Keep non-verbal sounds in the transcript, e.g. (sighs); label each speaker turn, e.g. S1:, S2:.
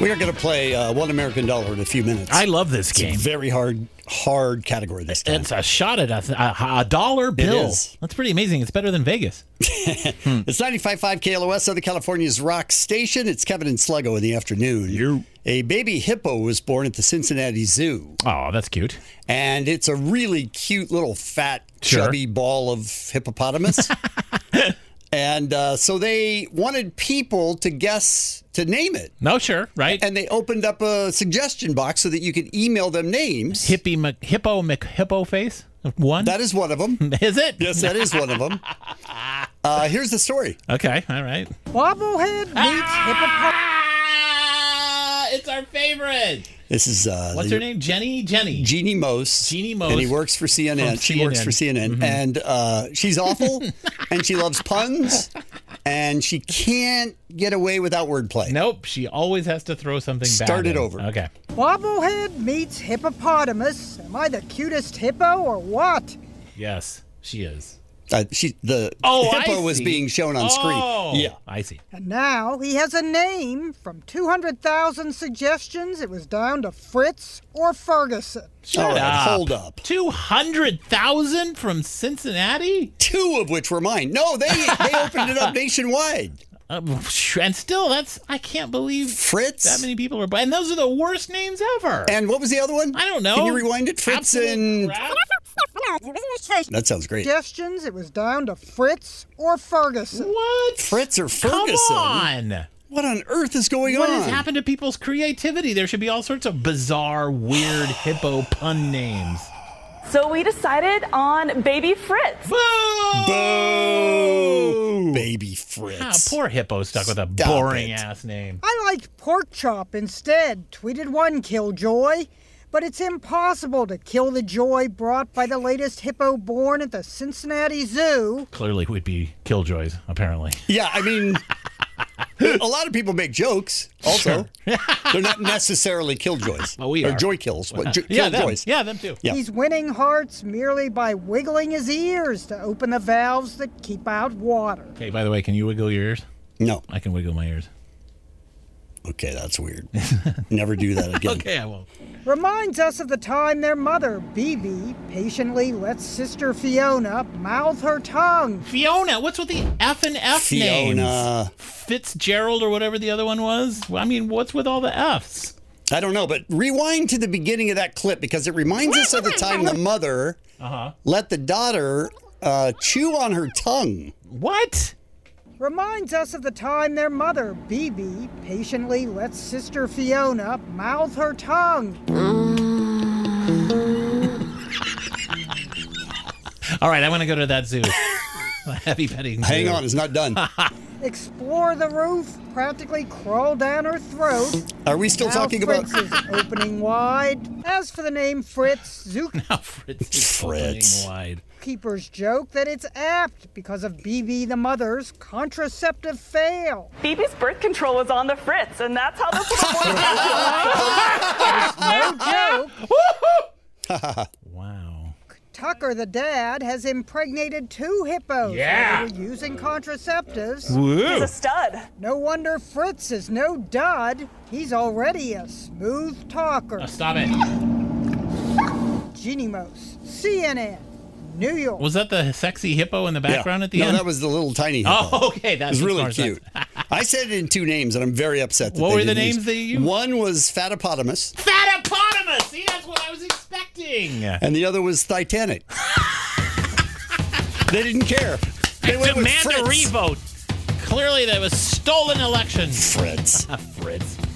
S1: We are going to play uh, one American dollar in a few minutes.
S2: I love this
S1: it's a
S2: game.
S1: very hard, hard category this time.
S2: It's a shot at a, a, a dollar bill.
S1: is.
S2: That's pretty amazing. It's better than Vegas.
S1: It's 95.5 KLOS, Southern California's rock station. It's Kevin and Sluggo in the afternoon. A baby hippo was born at the Cincinnati Zoo,
S2: Oh, that's cute.
S1: and it's a really cute little fat,
S2: Sure.
S1: chubby ball of
S2: (laughs)
S1: hippopotamus. and uh, so they wanted people to guess to name it.
S2: No, sure, right?
S1: And they opened up a suggestion box so that you could email them names.
S2: Hippie Mc, hippo McHippo face one.
S1: That is one of them.
S2: is it?
S1: Yes, that is one of (laughs) them. Uh, here's the story.
S2: Okay, all right.
S3: Wobblehead meets hippopotamus.
S2: Ah, it's our favorite.
S1: This is uh,
S2: What's
S1: the-
S2: her name? Jenny. Jenny.
S1: Jeannie Most.
S2: Jeannie
S1: And he
S2: Most
S1: works for CNN.
S2: from
S1: She works for CNN.
S2: Mm-hmm.
S1: And uh, she's
S2: (laughs)
S1: awful and she loves puns and she can't get away without wordplay.
S2: Nope, she always has to throw something back.
S1: Start it
S2: in.
S1: over.
S2: Okay.
S3: Wobblehead meets hippopotamus. Am I the cutest hippo or what?
S2: Yes, she is.
S1: Uh, she, the
S2: Oh, I
S1: hippo was
S2: see.
S1: being shown on
S2: Oh,
S1: screen. Yeah.
S2: I see.
S3: And now he has a name. From 200,000 suggestions, it was down to Fritz or Ferguson.
S1: All right,
S2: up.
S1: hold up.
S2: 200,000 from Cincinnati?
S1: Two of which were mine. No, they, they opened it
S2: (laughs)
S1: up nationwide.
S2: Uh, and still, that's, I can't believe
S1: Fritz.
S2: that many people are buying. And those are the worst names ever.
S1: and what was the other one?
S2: I don't know.
S1: Can you rewind it? Fritz
S2: Absolute
S1: and.
S2: crap.
S1: That sounds great.
S3: Suggestions, it was down to Fritz or Ferguson.
S2: What?
S1: Fritz or
S2: Come
S1: Ferguson?
S2: on.
S1: What on earth is going
S2: What
S1: on?
S2: has happened to people's creativity? There should be all sorts of
S1: (sighs)
S2: bizarre, weird hippo pun names.
S4: So we decided on Baby Fritz.
S2: Boo!
S1: Boo! Oh, Baby Fritz.
S2: Ah, poor hippo stuck with a
S1: Stop
S2: boring
S1: it.
S2: ass name.
S3: I liked pork chop instead, tweeted one killjoy. But it's impossible to kill the joy brought by the latest hippo born at the Cincinnati Zoo.
S2: Clearly, we'd be killjoys, apparently.
S1: Yeah, I
S2: (laughs)
S1: mean, a lot of people make jokes. Also,
S2: (laughs)
S1: they're not necessarily killjoys.
S2: Well, we
S1: or
S2: are.
S1: joy kills. What, jo-
S2: yeah, them.
S1: killjoys.
S2: yeah, them too.
S1: Yeah.
S3: He's winning hearts merely by wiggling his ears to open the valves that keep out water.
S2: Okay, by the way, can you wiggle your ears?
S1: No.
S2: I can wiggle my ears.
S1: Okay, that's
S2: (laughs)
S1: weird. Never do that again.
S2: Okay, I won't.
S3: Reminds us of the time their mother, Bibi, patiently lets sister Fiona mouth her tongue.
S2: Fiona, what's with the F and F names?
S1: Fiona.
S2: Fitzgerald or whatever the other one was. Well, I mean, what's with all the Fs?
S1: I don't know, but rewind to the beginning of that clip because it reminds us of the time the mother
S2: Uh-huh.
S1: let the daughter uh, chew on her tongue.
S2: What?
S3: Reminds us of the time their mother, Bibi, patiently lets sister Fiona mouth her tongue.
S2: All right, I want to go to that zoo. (laughs) Happy petting.
S1: Hang
S2: zoo. (laughs)
S1: on, it's not done.
S3: Explore the roof, practically crawl down her throat.
S1: Are we still
S3: Now
S1: talking about
S3: Fritz is opening wide. As for the name Fritz, zookeeper.
S2: Fritz. is
S1: Fritz.
S2: opening Wide.
S3: Keepers joke that it's apt because of BB the mother's contraceptive fail.
S4: Baby's birth control was on the Fritz, and that's how this little boy
S3: No joke,
S2: Wow.
S3: Tucker the dad has impregnated two hippos
S2: Yeah.
S3: while they were using contraceptives.
S4: is a stud.
S3: No wonder Fritz is no dud. He's already a smooth talker.
S2: Oh, stop it.
S3: Genimos, CNN, New York.
S2: Was that the sexy hippo in the
S1: Yeah.
S2: background at the
S1: no,
S2: end?
S1: that was the little tiny. hippo.
S2: (laughs) Oh, okay. That
S1: It was
S2: makes
S1: really
S2: more sense.
S1: cute. I said it in two names, and I'm very upset. That
S2: What
S1: they
S2: were the
S1: didn't
S2: names
S1: use-
S2: that you-
S1: One was Fatopotamus,
S2: Fatopotamus. See, that's what I was expecting.
S1: and the other was
S2: (laughs)
S1: Titanic. they didn't care. They went with
S2: Demand a
S1: Fritz.
S2: revote. Clearly, that was stolen election.
S1: Fritz.
S2: Fritz.